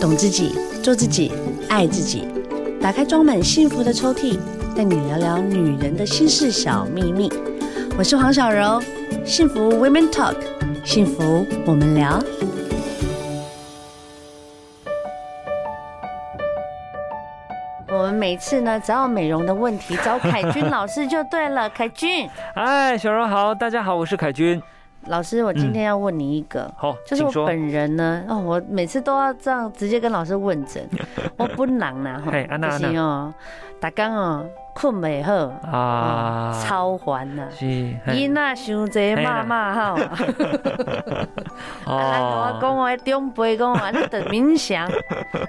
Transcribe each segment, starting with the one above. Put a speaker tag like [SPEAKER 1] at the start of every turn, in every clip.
[SPEAKER 1] 懂自己，做自己，爱自己。打开装满幸福的抽屉，带你聊聊女人的心事小秘密。我是黄小柔，幸福 Women Talk，幸福我们聊。我们每次呢，只要有美容的问题，找凯君老师就对了。凯君
[SPEAKER 2] 嗨，哎小柔好，大家好，我是凯君。
[SPEAKER 1] 老师，我今天要问你一个。
[SPEAKER 2] 好，
[SPEAKER 1] 就是
[SPEAKER 2] 请
[SPEAKER 1] 我
[SPEAKER 2] 说。
[SPEAKER 1] 本人呢，哦，我每次都要这样直接跟老师问 诊，我不能啦，吼
[SPEAKER 2] 嘿啊安娜
[SPEAKER 1] 不行哦，大刚哦，困袂好，哦
[SPEAKER 2] 啊，
[SPEAKER 1] 超烦呐，
[SPEAKER 2] 是
[SPEAKER 1] 囡仔伤济
[SPEAKER 2] 嘿
[SPEAKER 1] 骂
[SPEAKER 2] 啦
[SPEAKER 1] 骂吼，
[SPEAKER 2] 哦
[SPEAKER 1] 啊，人甲我讲我的长辈讲啊，你得冥 想，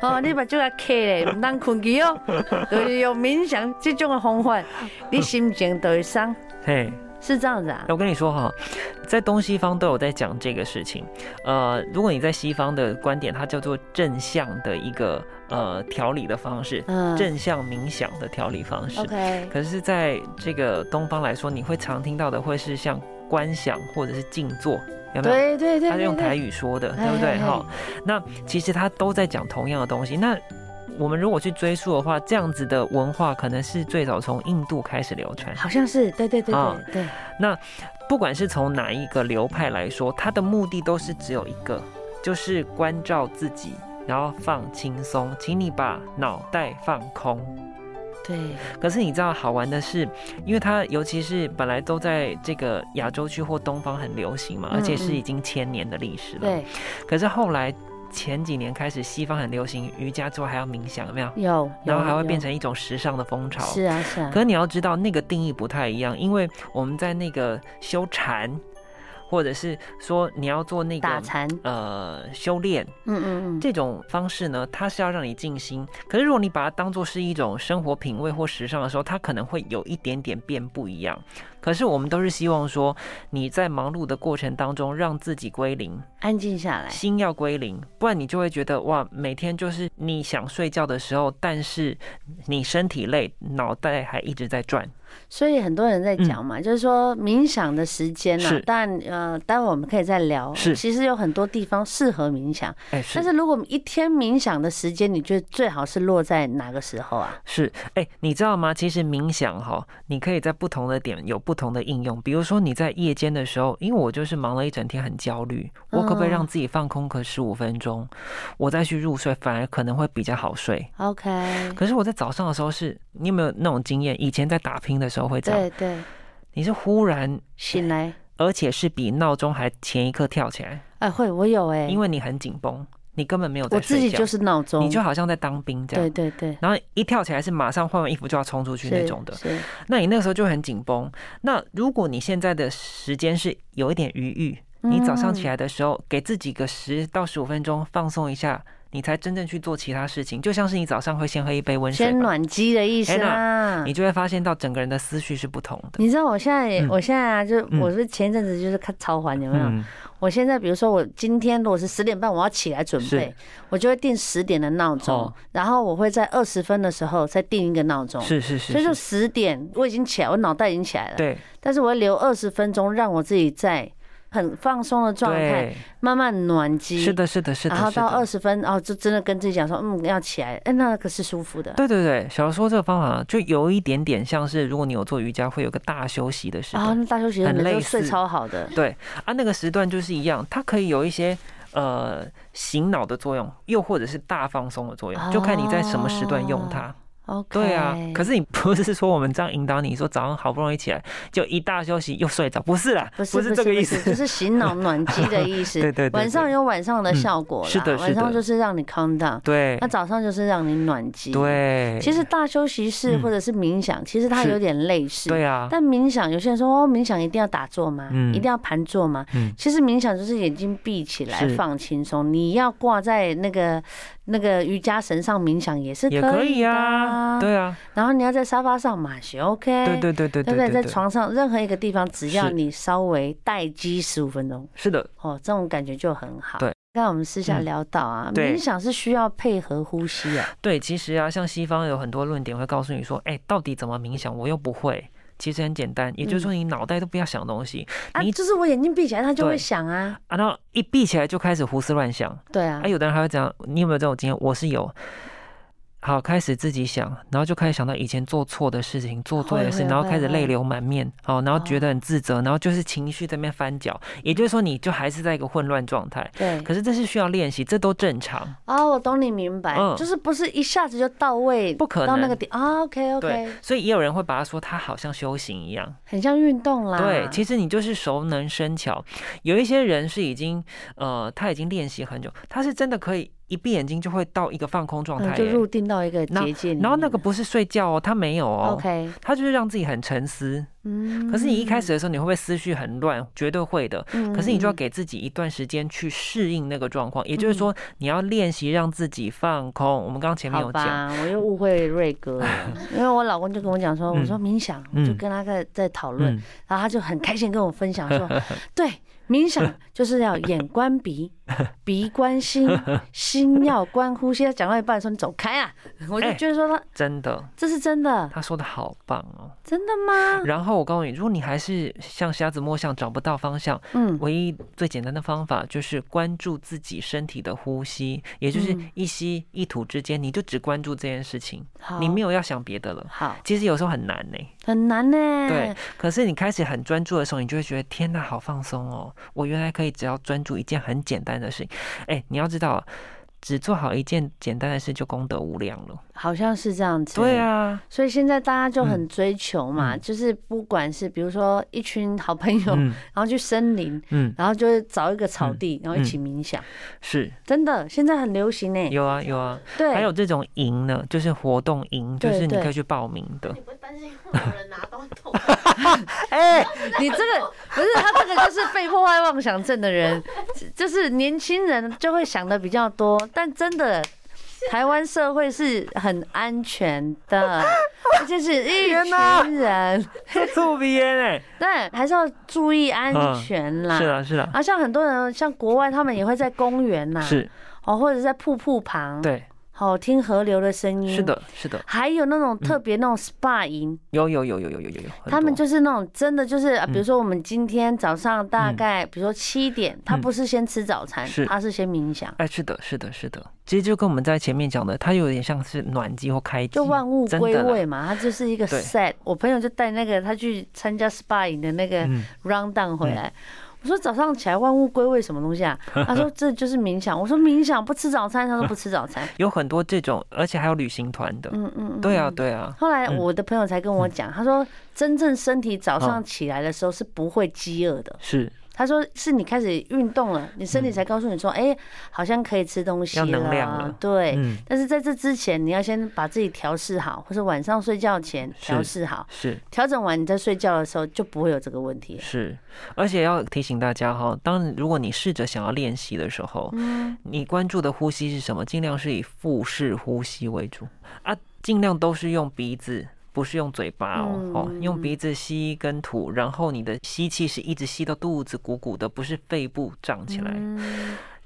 [SPEAKER 1] 哦，你目睭甲开咧，毋通困去哦，就是用冥想这种的方法，你心情就会松，
[SPEAKER 2] 嘿，
[SPEAKER 1] 是这样子啊
[SPEAKER 2] 哎，我跟你说哈，在东西方都有在讲这个事情。呃，如果你在西方的观点，它叫做正向的一个呃调理的方式，
[SPEAKER 1] 嗯
[SPEAKER 2] 正向冥想的调理方式。
[SPEAKER 1] ，OK，
[SPEAKER 2] 可是，在这个东方来说，你会常听到的会是像观想或者是静坐，有没有？
[SPEAKER 1] 对对对
[SPEAKER 2] 他是
[SPEAKER 1] 对
[SPEAKER 2] 用台
[SPEAKER 1] 对，
[SPEAKER 2] 语说的，
[SPEAKER 1] 哎
[SPEAKER 2] 对不对？
[SPEAKER 1] 哎
[SPEAKER 2] 哈，那其实他都在讲同样的东西。那我们如果去追溯的话，这样子的文化可能是最早从印度开始流传。
[SPEAKER 1] 好像是，对对对
[SPEAKER 2] 啊
[SPEAKER 1] 对对，
[SPEAKER 2] 不管是从哪一个流派来说，它的目的都是只有一个，就是关照自己，然后放轻松，请你把脑袋放空。
[SPEAKER 1] 对，
[SPEAKER 2] 可是你知道好玩的是，因为它尤其是本来都在这个亚洲区或东方很流行嘛，
[SPEAKER 1] 嗯
[SPEAKER 2] 而且是已经千年的历史了。
[SPEAKER 1] 对，
[SPEAKER 2] 可是后来前几年开始，西方很流行瑜伽之后还要冥想，有没有？
[SPEAKER 1] 有，
[SPEAKER 2] 然后
[SPEAKER 1] 有
[SPEAKER 2] 还会
[SPEAKER 1] 有
[SPEAKER 2] 变成一种时尚的风潮。
[SPEAKER 1] 是啊，是啊，
[SPEAKER 2] 可是你要知道，那个定义不太一样，因为我们在那个修禅，或者是说你要做那
[SPEAKER 1] 打
[SPEAKER 2] 个
[SPEAKER 1] 禅，
[SPEAKER 2] 呃修炼
[SPEAKER 1] 嗯嗯嗯，
[SPEAKER 2] 这种方式呢，它是要让你静心。可是如果你把它当做是一种生活品味或时尚的时候，它可能会有一点点变不一样。可是我们都是希望说，你在忙碌的过程当中，让自己归零，
[SPEAKER 1] 安静下来，
[SPEAKER 2] 心要归零，不然你就会觉得哇，每天就是你想睡觉的时候，但是你身体累，脑袋还一直在转。
[SPEAKER 1] 所以很多人在讲嘛，就是说冥想的时间呢、
[SPEAKER 2] 嗯是
[SPEAKER 1] 啊，但呃，待会我们可以再聊。
[SPEAKER 2] 是
[SPEAKER 1] 其实有很多地方适合冥想，
[SPEAKER 2] 哎、是
[SPEAKER 1] 但是如果我们一天冥想的时间，你觉得最好是落在哪个时候啊？
[SPEAKER 2] 是，哎、你知道吗？其实冥想哈，你可以在不同的点有不同的应用。比如说你在夜间的时候，因为我就是忙了一整天，很焦虑，我可不可
[SPEAKER 1] 嗯
[SPEAKER 2] 以让自己放空个十五分钟，我再去入睡，反而可能会比较好睡。
[SPEAKER 1] OK，
[SPEAKER 2] 可是我在早上的时候是，你有没有那种经验？以前在打拼的时候会这样，
[SPEAKER 1] 对对，
[SPEAKER 2] 你是忽然，
[SPEAKER 1] 醒来，
[SPEAKER 2] 而且是比闹钟还前一刻跳起来，
[SPEAKER 1] 哎，会我有哎、
[SPEAKER 2] 因为你很紧绷，你根本没有在
[SPEAKER 1] 我自
[SPEAKER 2] 睡
[SPEAKER 1] 己
[SPEAKER 2] 觉，
[SPEAKER 1] 就是闹钟，
[SPEAKER 2] 你就好像在当兵这
[SPEAKER 1] 对
[SPEAKER 2] 样。
[SPEAKER 1] 对对，
[SPEAKER 2] 然后一跳起来是马上换完衣服就要冲出去那种的，
[SPEAKER 1] 是是
[SPEAKER 2] 那你那个时候就很紧绷。那如果你现在的时间是有一点余裕，
[SPEAKER 1] 嗯
[SPEAKER 2] 你早上起
[SPEAKER 1] 来，
[SPEAKER 2] 来的时候给自己个十到十五分钟放松一下，你才真正去做其他事情。就像是你早上会先喝一杯温
[SPEAKER 1] 嗯
[SPEAKER 2] 水
[SPEAKER 1] 先
[SPEAKER 2] 嘛，
[SPEAKER 1] 暖机的意思啊
[SPEAKER 2] 哎那
[SPEAKER 1] 啦。
[SPEAKER 2] 你就会发现到整个人的思绪是不同的。
[SPEAKER 1] 你知道我现在也，
[SPEAKER 2] 嗯
[SPEAKER 1] 我现在啊，就
[SPEAKER 2] 嗯
[SPEAKER 1] 我是前一阵子就是看超环有没有？
[SPEAKER 2] 嗯，
[SPEAKER 1] 我现在比如说我今天如果是十点半我要起来准备
[SPEAKER 2] 是，
[SPEAKER 1] 我就会定十点的闹钟，
[SPEAKER 2] 哦
[SPEAKER 1] 然后我会在二十分的时候再定一个闹钟。
[SPEAKER 2] 是是是，
[SPEAKER 1] 所以就是十点我已经起来，我脑袋已经起来了，
[SPEAKER 2] 对
[SPEAKER 1] 但是我会留二十分钟让我自己在很放松的状态，
[SPEAKER 2] 对，
[SPEAKER 1] 慢慢暖机。
[SPEAKER 2] 是。的，是的，是的，
[SPEAKER 1] 然后
[SPEAKER 2] 是
[SPEAKER 1] 到
[SPEAKER 2] 的
[SPEAKER 1] 二十分哦，就真的跟自己讲说，嗯，要起来，哎，那可是舒服的。
[SPEAKER 2] 对对对，小说这个方法就有一点点像是，如果你有做瑜伽，会有个大休息的时
[SPEAKER 1] 然
[SPEAKER 2] 段
[SPEAKER 1] 哦后那大休息的
[SPEAKER 2] 很
[SPEAKER 1] 每
[SPEAKER 2] 类
[SPEAKER 1] 都睡
[SPEAKER 2] 似
[SPEAKER 1] 超好的，
[SPEAKER 2] 啊，那个时段就是一样，它可以有一些呃醒脑的作用，又或者是大放松的作用，就看你在什么时段用它。
[SPEAKER 1] 哦 OK。
[SPEAKER 2] 对啊，可是你不是说我们这样引导你说早上好不容易起来就一大休息又睡着，不是啦，
[SPEAKER 1] 不是
[SPEAKER 2] 这个意
[SPEAKER 1] 不是就
[SPEAKER 2] 思。
[SPEAKER 1] 是醒脑暖机的意思。
[SPEAKER 2] 对对对对
[SPEAKER 1] 晚上有晚上的
[SPEAKER 2] 嗯
[SPEAKER 1] 效果啦，
[SPEAKER 2] 是的是
[SPEAKER 1] 晚上
[SPEAKER 2] 的
[SPEAKER 1] 就是让你 calm down，
[SPEAKER 2] 对
[SPEAKER 1] 那早上就是让你暖机。，
[SPEAKER 2] 对，
[SPEAKER 1] 其实大休息室
[SPEAKER 2] 嗯
[SPEAKER 1] 或者是冥想，其实它
[SPEAKER 2] 是
[SPEAKER 1] 有点类似。
[SPEAKER 2] 对啊，
[SPEAKER 1] 但冥想，有些人说哦，冥想一定要打坐吗？
[SPEAKER 2] 嗯
[SPEAKER 1] 一定要盘坐吗？
[SPEAKER 2] 嗯
[SPEAKER 1] 其实冥想就是眼睛闭起来，
[SPEAKER 2] 是
[SPEAKER 1] 放轻松。你要挂在那个那个瑜伽绳上冥想也是
[SPEAKER 2] 也可
[SPEAKER 1] 以
[SPEAKER 2] 以
[SPEAKER 1] 的
[SPEAKER 2] 啊，。对啊，
[SPEAKER 1] 然后你要在沙发上嘛，也 OK。
[SPEAKER 2] 对对对对
[SPEAKER 1] 对
[SPEAKER 2] 对
[SPEAKER 1] 不对？
[SPEAKER 2] 对
[SPEAKER 1] 在
[SPEAKER 2] 对，
[SPEAKER 1] 床上任何一个地方，只要
[SPEAKER 2] 是
[SPEAKER 1] 你稍微待机十五分钟，
[SPEAKER 2] 是的，
[SPEAKER 1] 哦，这种感觉就很好。
[SPEAKER 2] 对，
[SPEAKER 1] 刚才我们私下聊到啊，
[SPEAKER 2] 嗯对
[SPEAKER 1] 冥想是需要配合呼吸啊。
[SPEAKER 2] 对，其实啊，像西方有很多论点会告诉你说，哎，到底怎么冥想，我又不会。其实很简单，也就
[SPEAKER 1] 嗯
[SPEAKER 2] 是说你脑袋都不要想东西、
[SPEAKER 1] 啊，
[SPEAKER 2] 你
[SPEAKER 1] 就是我眼睛闭起来，他就会
[SPEAKER 2] 对
[SPEAKER 1] 想啊，
[SPEAKER 2] 啊，然后一闭起来就开始胡思乱想。
[SPEAKER 1] 对啊
[SPEAKER 2] 啊，，有的人还会这样，你有没有这种经验？我是有。好，开始自己想，然后就开始想到以前做错的事情、做对的
[SPEAKER 1] 会
[SPEAKER 2] 事，
[SPEAKER 1] 会
[SPEAKER 2] 然后开始
[SPEAKER 1] 会哦
[SPEAKER 2] 泪流满面，好，然后觉得很自责，然后就是情绪在那边翻搅，也就是说，你就还是在一个混乱状态。
[SPEAKER 1] 对，
[SPEAKER 2] 可是这是需要练习，这都正常。
[SPEAKER 1] 哦，我懂你明白，
[SPEAKER 2] 嗯
[SPEAKER 1] 就是不是一下子就到位，
[SPEAKER 2] 不可
[SPEAKER 1] 到那
[SPEAKER 2] 能
[SPEAKER 1] 个点啊，OK
[SPEAKER 2] 对
[SPEAKER 1] OK，，
[SPEAKER 2] 所以也有人会把它说它好像修行一样。
[SPEAKER 1] 很像运动啦，
[SPEAKER 2] 对，其实你就是熟能生巧。有一些人是已经呃，他已经练习很久，他是真的可以一闭眼睛就会到一个放空状
[SPEAKER 1] 嗯
[SPEAKER 2] 态
[SPEAKER 1] 就
[SPEAKER 2] 耶、
[SPEAKER 1] 入定到一个
[SPEAKER 2] 那
[SPEAKER 1] 结界里面了，
[SPEAKER 2] 然后那个不是睡觉哦，他没有哦。
[SPEAKER 1] OK，
[SPEAKER 2] 他就是让自己很沉思，
[SPEAKER 1] 嗯，
[SPEAKER 2] 可是你一开始的时候，你会不会思绪很乱？绝对会的。
[SPEAKER 1] 嗯，
[SPEAKER 2] 可是你就要
[SPEAKER 1] 嗯
[SPEAKER 2] 给自己一段时间去适应那个状况，也就是说，你要练习让自己放空。我们刚刚前面
[SPEAKER 1] 好
[SPEAKER 2] 有讲，
[SPEAKER 1] 吧，我又误会瑞哥 了，因为我老公就跟我讲说，我说冥想，我就
[SPEAKER 2] 嗯
[SPEAKER 1] 跟他在在讨论，
[SPEAKER 2] 嗯，
[SPEAKER 1] 然后他就很开心跟我分享 说，对，冥想就是要眼观 鼻，鼻观心，心要观呼吸。他讲到一半说你走开啊，我就
[SPEAKER 2] 哎
[SPEAKER 1] 觉得说他
[SPEAKER 2] 真的，
[SPEAKER 1] 这是真的，
[SPEAKER 2] 他说的好棒哦。
[SPEAKER 1] 真的吗？
[SPEAKER 2] 然后我告诉你，如果你还是像瞎子摸象找不到方向，
[SPEAKER 1] 嗯，
[SPEAKER 2] 唯一最简单的方法就是关注自己身体的呼吸，也就是
[SPEAKER 1] 嗯
[SPEAKER 2] 一吸一吐之间，你就只关注这件事情，
[SPEAKER 1] 好，
[SPEAKER 2] 你没有要想别的了。
[SPEAKER 1] 好
[SPEAKER 2] 其实有时候很难呢、
[SPEAKER 1] 很难呢。
[SPEAKER 2] 对，，可是你开始很专注的时候，你就会觉得天呐，好放松哦！我原来可以只要专注一件很简单的事情。哎，你要知道，只做好一件简单的事就功德无量了。
[SPEAKER 1] 好像是这样子。
[SPEAKER 2] 对。啊，嗯
[SPEAKER 1] 所以现在大家就很追求嘛，就是不管是比如说一群好朋 友，
[SPEAKER 2] 嗯
[SPEAKER 1] 然后去森林，
[SPEAKER 2] 嗯，
[SPEAKER 1] 然后就找一个草地，然后一起冥想，
[SPEAKER 2] 是
[SPEAKER 1] 真的现在很流行呢。
[SPEAKER 2] 嗯有啊有啊，
[SPEAKER 1] 对，
[SPEAKER 2] 还有这种营呢，就是活动营，就
[SPEAKER 1] 对
[SPEAKER 2] 是你
[SPEAKER 1] 对
[SPEAKER 2] 可以去报名 的。
[SPEAKER 3] 你不会担心会有人拿刀捅？
[SPEAKER 1] 哎、你这个不是他这个就是被破坏妄想症的人， 就是年轻人就会想的比较多，但真的。台湾社会是很安全 的，而且是一
[SPEAKER 2] 天哪
[SPEAKER 1] 群人，
[SPEAKER 2] 这醋边哎，
[SPEAKER 1] 对，还是要注意安全啦。
[SPEAKER 2] 是啊是啊，
[SPEAKER 1] 啊，像很多人，像国外他们也会在公园呐、
[SPEAKER 2] 是，
[SPEAKER 1] 哦，或者在瀑布旁，，
[SPEAKER 2] 对，
[SPEAKER 1] 哦，听河流的声音，
[SPEAKER 2] 是，的，是的，
[SPEAKER 1] 还有那种特别那种 SPA 营，
[SPEAKER 2] 有有有有有有有有，嗯很
[SPEAKER 1] 他们
[SPEAKER 2] 多嗯
[SPEAKER 1] 就是那种真的就是，啊比如说我们今天早上大概，比如说七点，他不是先吃早餐，
[SPEAKER 2] 嗯是
[SPEAKER 1] 他是先冥想，
[SPEAKER 2] 哎，是的，是的，是的，其实就跟我们在前面讲的，它有点像是暖机或开机，
[SPEAKER 1] 就万物
[SPEAKER 2] 真
[SPEAKER 1] 归
[SPEAKER 2] 的啦
[SPEAKER 1] 位嘛，他就是一个
[SPEAKER 2] 对
[SPEAKER 1] set。我朋友就带那个他去参加 SPA 营的那个
[SPEAKER 2] 嗯
[SPEAKER 1] round down 回来。我说早上起来万物归位什么东西 啊？他说这就是冥想。我说冥想不吃早餐，他说不吃早 餐。
[SPEAKER 2] 有很多这种，而且还有旅行团的。
[SPEAKER 1] 嗯嗯，嗯
[SPEAKER 2] 对啊，。对啊，
[SPEAKER 1] 后来我的朋友才跟我
[SPEAKER 2] 嗯
[SPEAKER 1] 讲，他说真正身体早上起来的时候是不会饥饿的。
[SPEAKER 2] 是
[SPEAKER 1] 他说是你开始运动了，你身体才告诉你说，哎、好像可以吃东西
[SPEAKER 2] 嗯要能量了
[SPEAKER 1] 对。
[SPEAKER 2] 嗯
[SPEAKER 1] 但是在这之前，你要先把自己调试好，或是晚上睡觉前
[SPEAKER 2] 是
[SPEAKER 1] 调试好，
[SPEAKER 2] 是
[SPEAKER 1] 调整完你在睡觉的时候就不会有这个问题了。
[SPEAKER 2] 是，而且要提醒大家哈，当如果你试着想要练习的时候，
[SPEAKER 1] 嗯
[SPEAKER 2] 你关注的呼吸是什么？尽量是以腹式呼吸为主啊，尽量都是用鼻子。不是用嘴巴哦，
[SPEAKER 1] 嗯
[SPEAKER 2] 哦，用鼻子吸跟吐，然后你的吸气是一直吸到肚子鼓鼓的，不是肺部胀起来。
[SPEAKER 1] 嗯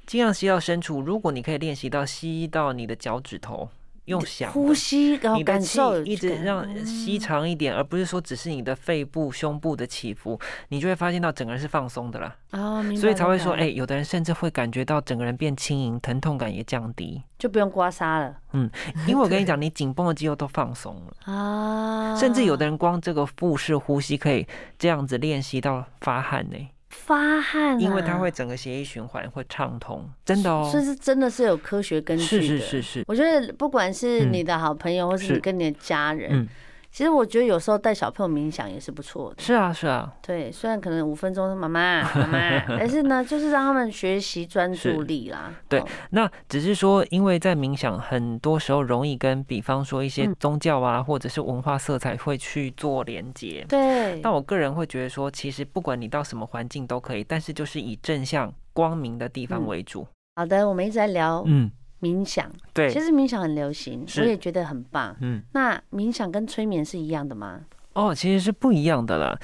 [SPEAKER 2] 尽量吸到深处。如果你可以练习到吸到你的脚趾头，用想
[SPEAKER 1] 呼
[SPEAKER 2] 的
[SPEAKER 1] 吸，然后
[SPEAKER 2] 你的
[SPEAKER 1] 哦感嗯
[SPEAKER 2] 气
[SPEAKER 1] 受
[SPEAKER 2] 一直让吸长一点，而不是说只是你的肺部、胸部的起伏，你就会发现到整个人是放松的啦。
[SPEAKER 1] 啊，明白
[SPEAKER 2] 所以才会说，
[SPEAKER 1] 明
[SPEAKER 2] 哎、
[SPEAKER 1] 白
[SPEAKER 2] 有的人甚至会感觉到整个人变轻盈，疼痛感也降低。
[SPEAKER 1] 就不用刮痧了
[SPEAKER 2] 嗯，因为我跟你讲，你紧绷的肌肉都放松了，
[SPEAKER 1] 啊。
[SPEAKER 2] 甚至有的人光这个腹式呼吸可以这样子练习到发汗呢、
[SPEAKER 1] 发汗、啊，
[SPEAKER 2] 因为它会整个血液循环会畅通，真的哦
[SPEAKER 1] 所。以是真的是有科学根据
[SPEAKER 2] 是
[SPEAKER 1] 的。
[SPEAKER 2] 是是是，
[SPEAKER 1] 我觉得不管是
[SPEAKER 2] 嗯
[SPEAKER 1] 你的好朋友，或是你
[SPEAKER 2] 是
[SPEAKER 1] 跟你的家人，
[SPEAKER 2] 嗯
[SPEAKER 1] 其实我觉得有时候带小朋友冥想也是不错的。
[SPEAKER 2] 是啊是啊，
[SPEAKER 1] 对，虽然可能五分钟妈妈妈妈， 但是呢，就是让他们学习专注
[SPEAKER 2] 是
[SPEAKER 1] 力啦。
[SPEAKER 2] 对
[SPEAKER 1] 哦
[SPEAKER 2] 那只是说，因为在冥想，很多时候容易跟，比方说一些
[SPEAKER 1] 嗯
[SPEAKER 2] 宗教啊，或者是文化色彩会去做连接。
[SPEAKER 1] 对，
[SPEAKER 2] 但我个人会觉得说，其实不管你到什么环境都可以，但是就是以正向光明的地
[SPEAKER 1] 嗯
[SPEAKER 2] 方为主。
[SPEAKER 1] 好的，我们一直在聊
[SPEAKER 2] 嗯，
[SPEAKER 1] 冥想，
[SPEAKER 2] 对
[SPEAKER 1] 其，实冥想很流行，我
[SPEAKER 2] 是
[SPEAKER 1] 也觉得很棒。
[SPEAKER 2] 嗯，
[SPEAKER 1] 那冥想跟催眠是一样的吗？
[SPEAKER 2] 哦，其实是不一样的啦。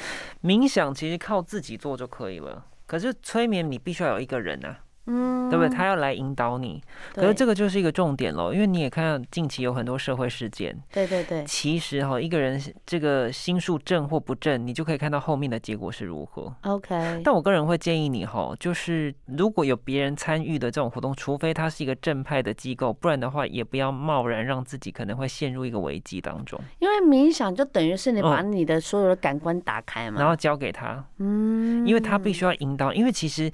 [SPEAKER 2] 冥想其实靠自己做就可以了，可是催眠你必须要有一个人啊。
[SPEAKER 1] 嗯，
[SPEAKER 2] 对不对？他要来引导你，可是这
[SPEAKER 1] 个，
[SPEAKER 2] 个就是一个重点喽，因为你也看到近期有很多社会事件，
[SPEAKER 1] 对对对，
[SPEAKER 2] 其实哈，一个人这个心术正或不正，你就可以看到后面的结果是如何。
[SPEAKER 1] OK，
[SPEAKER 2] 但我个人会建议你哈，就是如果有别人参与的这种活动，除非它是一个正派的机构，不然的话也不要贸然让自己可能会陷入一个危机当中，
[SPEAKER 1] 因为冥想就等于是你
[SPEAKER 2] 嗯
[SPEAKER 1] 把你的所有的感官打开嘛，
[SPEAKER 2] 然后交给他，
[SPEAKER 1] 嗯，
[SPEAKER 2] 因为他必须要引导，因为其实。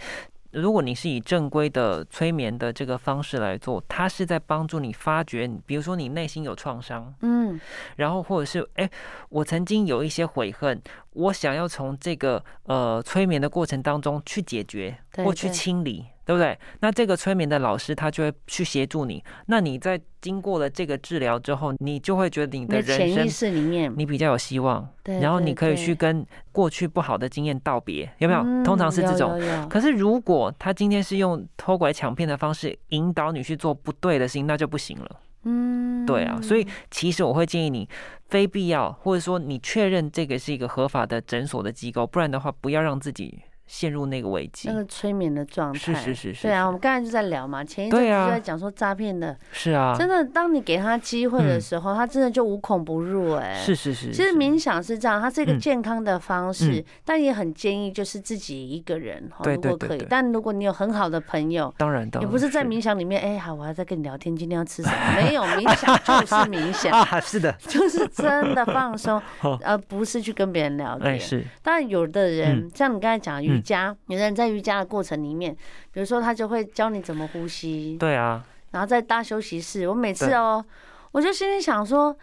[SPEAKER 2] 如果你是以正规的催眠的这个方式来做，它是在帮助你发掘你，比如说你内心有创伤，
[SPEAKER 1] 嗯
[SPEAKER 2] 然后或者是哎，我曾经有一些悔恨，我想要从这个呃催眠的过程当中去解决
[SPEAKER 1] 对
[SPEAKER 2] 或去
[SPEAKER 1] 对
[SPEAKER 2] 清理，对不对？那这个催眠的老师他就会去协助你。那你在经过了这个治疗之后，你就会觉得你
[SPEAKER 1] 你
[SPEAKER 2] 的
[SPEAKER 1] 的潜
[SPEAKER 2] 人生
[SPEAKER 1] 意识里面，
[SPEAKER 2] 你比较有希望，
[SPEAKER 1] 对
[SPEAKER 2] 然后
[SPEAKER 1] 对
[SPEAKER 2] 你可以
[SPEAKER 1] 对
[SPEAKER 2] 去跟过去不好的经验道别，有没有？通常
[SPEAKER 1] 嗯
[SPEAKER 2] 是这
[SPEAKER 1] 有
[SPEAKER 2] 种。
[SPEAKER 1] 有有
[SPEAKER 2] 可是，如果他今天是用偷拐抢骗的方式引导你去做不对的事情，那就不行了。
[SPEAKER 1] 嗯，
[SPEAKER 2] 对啊，所以其实我会建议你，非必要或者说你确认这个是一个合法的诊所的机构，不然的话不要让自己陷入那个危机
[SPEAKER 1] 那。个催眠的状态，
[SPEAKER 2] 是是是是
[SPEAKER 1] 对啊，
[SPEAKER 2] 是
[SPEAKER 1] 我们刚才就在聊嘛，前一阵子
[SPEAKER 2] 对
[SPEAKER 1] 就
[SPEAKER 2] 啊
[SPEAKER 1] 在讲说诈骗的，
[SPEAKER 2] 是啊，
[SPEAKER 1] 真的，当你给他机会的
[SPEAKER 2] 嗯
[SPEAKER 1] 时候，他真的就无孔不入、哎，
[SPEAKER 2] 是是是，
[SPEAKER 1] 其实
[SPEAKER 2] 是
[SPEAKER 1] 冥想是这样，它是一个
[SPEAKER 2] 嗯
[SPEAKER 1] 健康的方式，
[SPEAKER 2] 嗯
[SPEAKER 1] 但也很建议就是自己一个人哈，
[SPEAKER 2] 对
[SPEAKER 1] 如果
[SPEAKER 2] 对对
[SPEAKER 1] 可以。
[SPEAKER 2] 对
[SPEAKER 1] 但如果你有很好的朋友，
[SPEAKER 2] 当然当
[SPEAKER 1] 也
[SPEAKER 2] 然，
[SPEAKER 1] 不是在冥想里面，哎、好，我还在跟你聊天，今天要吃什么？没有冥想就是冥想，
[SPEAKER 2] 啊，是的，
[SPEAKER 1] 就是真的放 松
[SPEAKER 2] 好，
[SPEAKER 1] 而不是去跟别人聊天
[SPEAKER 2] 哦哎。是，
[SPEAKER 1] 当然，有的人、像你刚才讲瑜
[SPEAKER 2] 嗯
[SPEAKER 1] 伽，有的人在瑜伽的过程里面，比如说他就会教你怎么呼吸，
[SPEAKER 2] 对啊，
[SPEAKER 1] 然后在大休息室，我每次
[SPEAKER 2] 对
[SPEAKER 1] 哦，我就心里想说，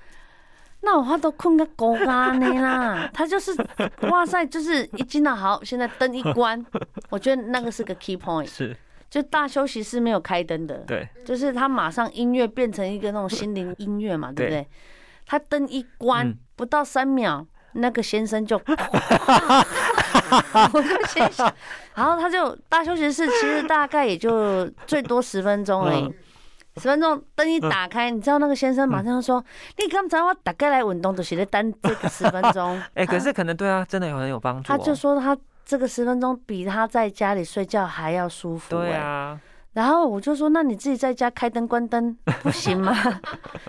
[SPEAKER 1] 那我话都困个狗咖呢 啦，他就是哇塞，就是一进到好，现在灯一关，我觉得那个是个 key point，
[SPEAKER 2] 是
[SPEAKER 1] 就大休息室没有开灯的，
[SPEAKER 2] 对，
[SPEAKER 1] 就是他马上音乐变成一个那种心 灵音乐嘛，对不
[SPEAKER 2] 对
[SPEAKER 1] 对？他灯一关、
[SPEAKER 2] 嗯
[SPEAKER 1] 不到三秒，那个先生 就，我就先想，然后他就大休息室，其实大概也就最多十分钟而已
[SPEAKER 2] 嗯。”
[SPEAKER 1] 十分钟灯一打开，你知道那个先生马上就说：“你刚才我大概来运动，就是在等这个十分钟。
[SPEAKER 2] 哎，可是可能对啊，真的有很有帮助
[SPEAKER 1] 他
[SPEAKER 2] 哦。
[SPEAKER 1] 就说他这个十分钟比他在家里睡觉还要舒服。
[SPEAKER 2] 对
[SPEAKER 1] 哎
[SPEAKER 2] 啊，
[SPEAKER 1] 然后我就说：“那你自己在家开灯关 灯不行吗？”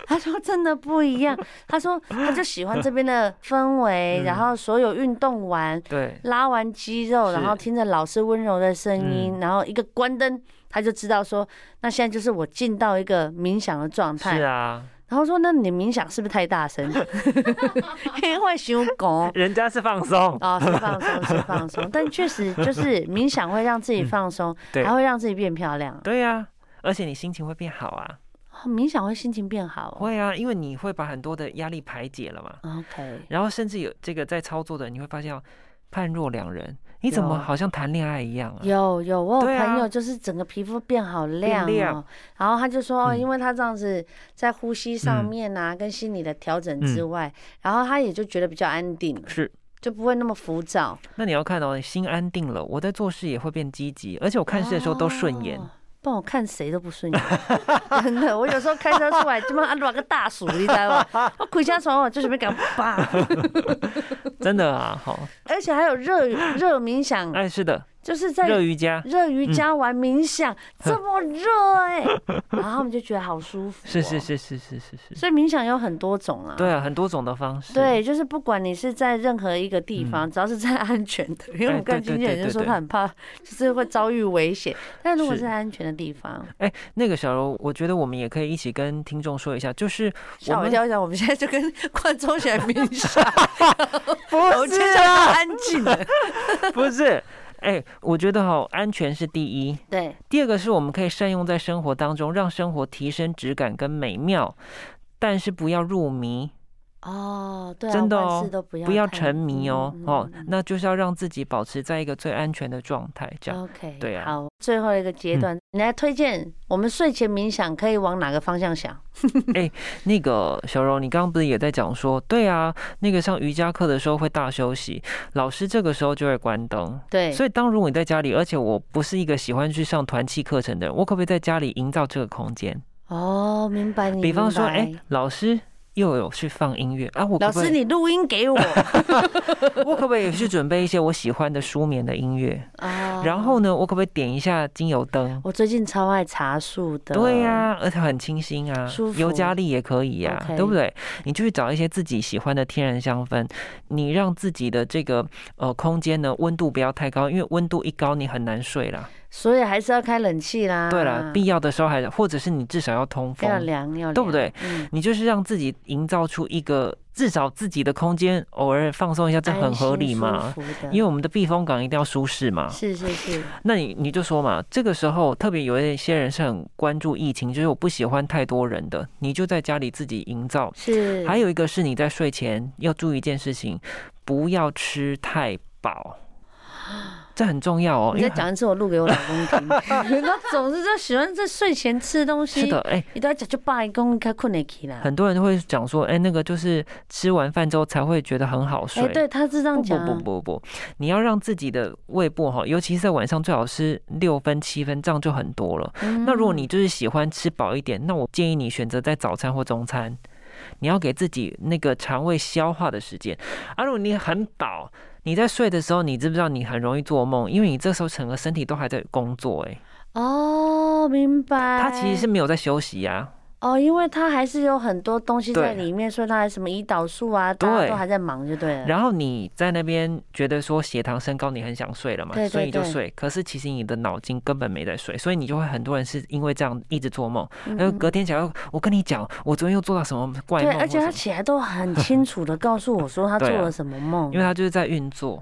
[SPEAKER 1] 他说：“真的不一样。”他说：“他就喜欢这边的氛围，
[SPEAKER 2] 嗯
[SPEAKER 1] 然后所有运动完、
[SPEAKER 2] 对，
[SPEAKER 1] 拉完肌肉，
[SPEAKER 2] 是嗯
[SPEAKER 1] 然后听着老师温柔的声音，然后一个关灯，他就知道说，那现在就是我进到一个冥想的状态。
[SPEAKER 2] 是啊，
[SPEAKER 1] 然后说：‘那你冥想是不是太大 声？因为修狗。’
[SPEAKER 2] 人家是放松，
[SPEAKER 1] 哦，是放松，是放松，但确实就是冥想会让自己放松，
[SPEAKER 2] 对
[SPEAKER 1] 还会让自己变漂亮。
[SPEAKER 2] 对啊，而且你心情会变好啊，
[SPEAKER 1] 哦冥想会心情变好哦、
[SPEAKER 2] 会啊，因为你会把很多的压力排解了嘛。
[SPEAKER 1] OK，
[SPEAKER 2] 然后甚至有这个在操作的，你会发现哦判若两人，你怎
[SPEAKER 1] 有
[SPEAKER 2] 么好像谈恋爱一样啊？
[SPEAKER 1] 有有，我有
[SPEAKER 2] 对啊
[SPEAKER 1] 朋友就是整个皮肤变好亮哦、
[SPEAKER 2] 变亮
[SPEAKER 1] 然后他就说，哦，
[SPEAKER 2] 嗯
[SPEAKER 1] 因为他这样子在呼吸上
[SPEAKER 2] 嗯
[SPEAKER 1] 面啊，跟心理的调整之外，然后他也就觉得比较安定，
[SPEAKER 2] 是，
[SPEAKER 1] 就不会那么浮躁。
[SPEAKER 2] 那你要看哦，心安定了，我在做事也会变积极，而且我看事的时候都顺眼。
[SPEAKER 1] 哦不然我看谁都不顺眼， 真的。我有时候开车出来，他妈乱个大鼠，你知道吗？我鬼下床，我就随便给他叭。
[SPEAKER 2] 真的啊，好，
[SPEAKER 1] 而且还有热热冥想，
[SPEAKER 2] 哎，是的，
[SPEAKER 1] 就是在
[SPEAKER 2] 热瑜伽
[SPEAKER 1] 热瑜伽
[SPEAKER 2] 嗯
[SPEAKER 1] 玩冥 想，这么热哎、 然后他们就觉得好舒服、哦
[SPEAKER 2] 是是。是是是是是，
[SPEAKER 1] 所以冥想有很多种啊。
[SPEAKER 2] 对啊，很多种的方式，
[SPEAKER 1] 对，就是不管你是在任何一个地方，只要是在安全的，因为我
[SPEAKER 2] 嗯哎
[SPEAKER 1] 看
[SPEAKER 2] 对对
[SPEAKER 1] 经纪人
[SPEAKER 2] 对
[SPEAKER 1] 就
[SPEAKER 2] 对
[SPEAKER 1] 说
[SPEAKER 2] 对
[SPEAKER 1] 他很怕，就是会遭遇危险。但如果是
[SPEAKER 2] 是
[SPEAKER 1] 在安全的地方，
[SPEAKER 2] 那个小柔，我觉得我们也可以一起跟听众说一下，就是
[SPEAKER 1] 吓我一
[SPEAKER 2] 们啊
[SPEAKER 1] 跳！想我们现在就跟观众选冥 想，
[SPEAKER 2] 不
[SPEAKER 1] 我就叫他安静了。
[SPEAKER 2] 哦 不是，哎，我觉得哈、安全是第一，
[SPEAKER 1] 对，
[SPEAKER 2] 第二个是我们可以善用在生活当中，让生活提升质感跟美妙，但是不要入迷，
[SPEAKER 1] 哦，对啊，
[SPEAKER 2] 真的
[SPEAKER 1] 万
[SPEAKER 2] 哦
[SPEAKER 1] 事都不要
[SPEAKER 2] 不要
[SPEAKER 1] 太
[SPEAKER 2] 沉迷哦，
[SPEAKER 1] 嗯嗯
[SPEAKER 2] 哦
[SPEAKER 1] 嗯，
[SPEAKER 2] 那就是要让自己保持在一个最安全的状态，这样。
[SPEAKER 1] OK，
[SPEAKER 2] 对啊
[SPEAKER 1] 好，最后一个阶段，你来推荐我们睡前冥想可以往哪个方向想？
[SPEAKER 2] 那个小柔，你刚刚不是也在讲说，对啊，那个上瑜伽课的时候会大休息，老师这个时候就会关灯。
[SPEAKER 1] 对，
[SPEAKER 2] 所以，当如果你在家里，而且我不是一个喜欢去上团契课程的人，我可不可以在家里营造这个空间？
[SPEAKER 1] 哦，明白你。
[SPEAKER 2] 比方说，
[SPEAKER 1] 明白
[SPEAKER 2] 哎，老师，又有去放音乐啊，我可
[SPEAKER 1] 老
[SPEAKER 2] 不
[SPEAKER 1] 师
[SPEAKER 2] 可以，
[SPEAKER 1] 你录音给 我
[SPEAKER 2] 我可不可以去准备一些我喜欢的舒眠的音乐？
[SPEAKER 1] 啊
[SPEAKER 2] 然后呢，我可不可以点一下精油灯？
[SPEAKER 1] 我最近超爱茶树的，
[SPEAKER 2] 对呀、而且很清新啊
[SPEAKER 1] 舒，服
[SPEAKER 2] 尤加利也可以呀、
[SPEAKER 1] OK
[SPEAKER 2] 对不对？你就去找一些自己喜欢的天然香氛，你让自己的这个呃空间呢温度不要太高，因为温度一高你很难睡啦。
[SPEAKER 1] 所以还是要开冷气啦。
[SPEAKER 2] 对啦，必要的时候还或者是你至少要通风，
[SPEAKER 1] 啊要凉要凉，
[SPEAKER 2] 对不对？
[SPEAKER 1] 嗯，
[SPEAKER 2] 你就是让自己营造出一个至少自己的空间，偶尔放松一下，这很合理嘛？
[SPEAKER 1] 安心舒服的
[SPEAKER 2] 因为我们的避风港一定要舒适嘛。
[SPEAKER 1] 是是是，
[SPEAKER 2] 那你你就说嘛，这个时候特别有一些人是很关注疫情，就是我不喜欢太多人的，你就在家里自己营造。
[SPEAKER 1] 是，
[SPEAKER 2] 还有一个是你在睡前要注意一件事情，不要吃太饱，这很重要哦。
[SPEAKER 1] 你
[SPEAKER 2] 因
[SPEAKER 1] 再
[SPEAKER 2] 为
[SPEAKER 1] 讲一次，我录给我老公 听。他总是就喜欢在睡前吃东西，
[SPEAKER 2] 是的，，哎、
[SPEAKER 1] 你都要讲就爸一公开困得起啦。
[SPEAKER 2] 很多人会讲说，哎、那个就是吃完饭之后才会觉得很好睡。
[SPEAKER 1] 哎，对，他是这样
[SPEAKER 2] 不
[SPEAKER 1] 讲
[SPEAKER 2] 不
[SPEAKER 1] 啊，
[SPEAKER 2] 不不不，你要让自己的胃部哈，尤其是在晚上，最好是六分七分，这样就很多了。
[SPEAKER 1] 嗯
[SPEAKER 2] 那如果你就是喜欢吃饱一点，那我建议你选择在早餐或中餐，你要给自己那个肠胃消化的时间。啊，如果你很饱，你在睡的时候，你知不知道你很容易做梦？因为你这时候整个身体都还在工作、欸，
[SPEAKER 1] 哦，明白。
[SPEAKER 2] 它其实是没有在休息啊呀、
[SPEAKER 1] 哦，因为他还是有很多东西在
[SPEAKER 2] 对
[SPEAKER 1] 里面，所以他还什么胰岛素啊，大家
[SPEAKER 2] 对
[SPEAKER 1] 都还在忙，就对了。
[SPEAKER 2] 然后你在那边觉得说血糖升高，你很想睡了嘛，
[SPEAKER 1] 对对
[SPEAKER 2] 所以你就
[SPEAKER 1] 对
[SPEAKER 2] 睡。可是其实你的脑筋根本没在睡，所以你就会很多人是因为这样一直做梦，
[SPEAKER 1] 嗯
[SPEAKER 2] 然后隔天起来又，我跟你讲，我昨天又做到什么怪
[SPEAKER 1] 对，
[SPEAKER 2] 梦或什么，
[SPEAKER 1] 而且他起来都很清楚的告诉我说 他做
[SPEAKER 2] 对啊
[SPEAKER 1] 了什么梦，
[SPEAKER 2] 因为他就是在运作。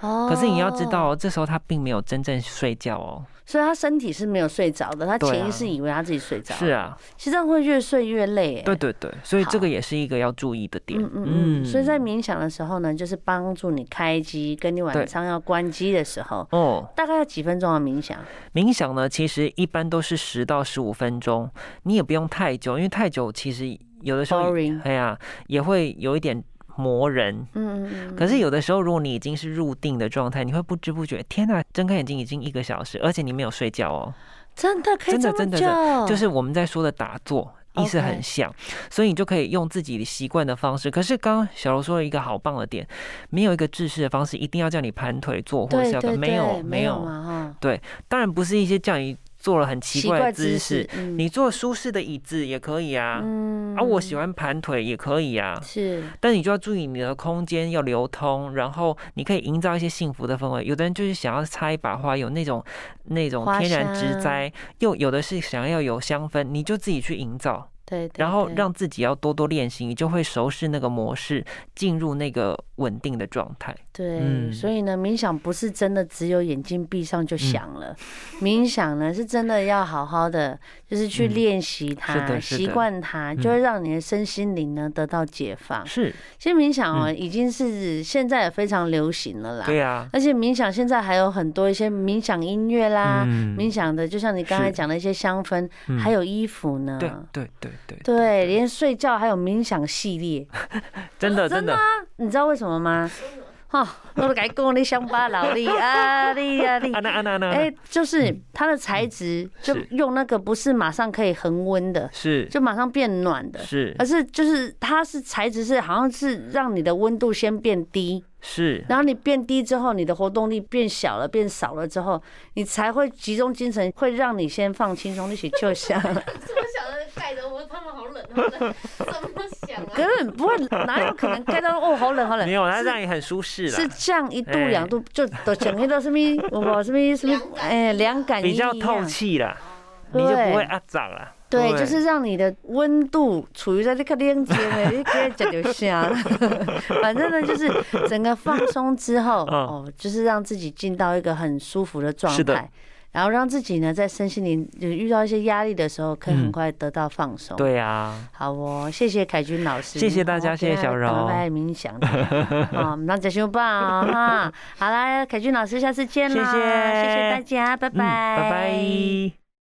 [SPEAKER 1] 哦，
[SPEAKER 2] 可是你要知道哦，这时候他并没有真正睡觉哦。
[SPEAKER 1] 所以他身体是没有睡着的，他
[SPEAKER 2] 对啊
[SPEAKER 1] 潜意识以为他自己睡着，
[SPEAKER 2] 是，啊，
[SPEAKER 1] 其实这样会越睡越累，哎
[SPEAKER 2] 对，对对，所以这
[SPEAKER 1] 好
[SPEAKER 2] 个也是一个要注意的点。
[SPEAKER 1] 嗯嗯嗯，所以在冥想的时候呢，就是帮助你开机，跟你晚
[SPEAKER 2] 对
[SPEAKER 1] 上要关机的时候，
[SPEAKER 2] 哦，
[SPEAKER 1] 大概要几分钟的冥想，
[SPEAKER 2] 冥想呢，其实一般都是十到十五分钟，你也不用太久，因为太久其实有的时候
[SPEAKER 1] Boring，
[SPEAKER 2] 哎呀也会有一点磨人。
[SPEAKER 1] 嗯嗯嗯，
[SPEAKER 2] 可是有的时候，如果你已经是入定的状态，你会不知不觉，天呐，睁开眼睛已经一个小时，而且你没有睡觉哦。
[SPEAKER 1] 真的可以
[SPEAKER 2] 真的
[SPEAKER 1] 这么
[SPEAKER 2] 真的
[SPEAKER 1] 久，
[SPEAKER 2] 就是我们在说的打坐。意思
[SPEAKER 1] 哦 OK
[SPEAKER 2] 很像所以你就可以用自己习惯的方式。可是刚刚小柔说了一个好棒的点，没有一个制式的方式，一定要叫你盘腿坐或者是
[SPEAKER 1] 对
[SPEAKER 2] 要
[SPEAKER 1] 对对，
[SPEAKER 2] 干没有
[SPEAKER 1] 没
[SPEAKER 2] 没
[SPEAKER 1] 有
[SPEAKER 2] 有，
[SPEAKER 1] 嘛哈，
[SPEAKER 2] 当然不是一些叫你做了很奇怪的姿势，，
[SPEAKER 1] 嗯
[SPEAKER 2] 你坐舒适的椅子也可以啊，
[SPEAKER 1] 嗯
[SPEAKER 2] 啊我喜欢盘腿也可以啊，
[SPEAKER 1] 是
[SPEAKER 2] 但你就要注意你的空间要流通，然后你可以营造一些幸福的氛围。有的人就是想要插一把花，有那种那种
[SPEAKER 1] 花
[SPEAKER 2] 天然植
[SPEAKER 1] 香
[SPEAKER 2] 栽，又有的是想要有香氛，你就自己去营造，
[SPEAKER 1] 对，对
[SPEAKER 2] 然后
[SPEAKER 1] 对
[SPEAKER 2] 让自己要多多练习，你就会熟悉那个模式，进入那个稳定的状态。
[SPEAKER 1] 对，
[SPEAKER 2] 嗯
[SPEAKER 1] 所以呢，冥想不是真的只有眼睛闭上就想了，冥想呢是真的要好好的，就是去
[SPEAKER 2] 嗯
[SPEAKER 1] 练习
[SPEAKER 2] 是
[SPEAKER 1] 它，
[SPEAKER 2] 的是
[SPEAKER 1] 习
[SPEAKER 2] 的
[SPEAKER 1] 惯它，就会让你的身心灵呢得到解放。
[SPEAKER 2] 是，嗯
[SPEAKER 1] 其实冥想哦，已经是现在也非常流行了啦，
[SPEAKER 2] 对啊，
[SPEAKER 1] 而且冥想现在还有很多一些冥想音乐啦，
[SPEAKER 2] 嗯
[SPEAKER 1] 冥想的就像你刚才
[SPEAKER 2] 是
[SPEAKER 1] 讲的一些香氛，
[SPEAKER 2] 嗯
[SPEAKER 1] 还有衣服呢。
[SPEAKER 2] 对对对 对，
[SPEAKER 1] 对，啊连睡觉还有冥想系列，
[SPEAKER 2] 真的真的，
[SPEAKER 1] 啊你知道为什么吗？哈、我都该讲你乡巴佬 你啊你啊你
[SPEAKER 2] 安，娜安娜安娜，
[SPEAKER 1] 哎、就是它的材质，嗯就是用那个不是马上可以恒温的，
[SPEAKER 2] 是
[SPEAKER 1] 就马上变暖的，呃
[SPEAKER 2] 是
[SPEAKER 1] 而是就是它是材质是好像是让你的温度先变低，
[SPEAKER 2] 是，
[SPEAKER 1] 然后你变低之后，你的活动力变小了，变少了之后，你才会集中精神，会让你先放轻松，一起就 下。
[SPEAKER 3] 怎么想的盖着我，他们好冷，好 冷，怎么想啊？
[SPEAKER 1] 根本不会，哪有可能盖到哦，好冷好冷。
[SPEAKER 2] 没有，它
[SPEAKER 1] 是
[SPEAKER 2] 让你很舒适
[SPEAKER 1] 是
[SPEAKER 2] 啦，
[SPEAKER 1] 降一度
[SPEAKER 2] 哎
[SPEAKER 1] 两度，就都降一到什么，我我什么什么，哎，凉感
[SPEAKER 2] 比较
[SPEAKER 1] 一样
[SPEAKER 2] 透气啦，你就
[SPEAKER 1] 对
[SPEAKER 2] 不会啊涨啦。
[SPEAKER 1] 对，
[SPEAKER 2] 不
[SPEAKER 1] 就是让你的温度处于在这个链接的， 你可以讲就下。 反正呢，就是整个放松之后，
[SPEAKER 2] 嗯
[SPEAKER 1] 哦，就是让自己进到一个很舒服的状
[SPEAKER 2] 是的
[SPEAKER 1] 态，然后让自己呢在身心灵就遇到一些压力的时候，可以很
[SPEAKER 2] 嗯
[SPEAKER 1] 快得到放松。，
[SPEAKER 2] 对啊。
[SPEAKER 1] 好哦，谢谢凯君老师，
[SPEAKER 2] 谢谢大家
[SPEAKER 1] 好
[SPEAKER 2] 谢谢小柔
[SPEAKER 1] 拜拜冥想的 啊，那再休吧 哈。好啦，凯君老师，下次见啦，
[SPEAKER 2] 谢谢嗯
[SPEAKER 1] 谢谢大家，拜拜，
[SPEAKER 2] 嗯，拜拜。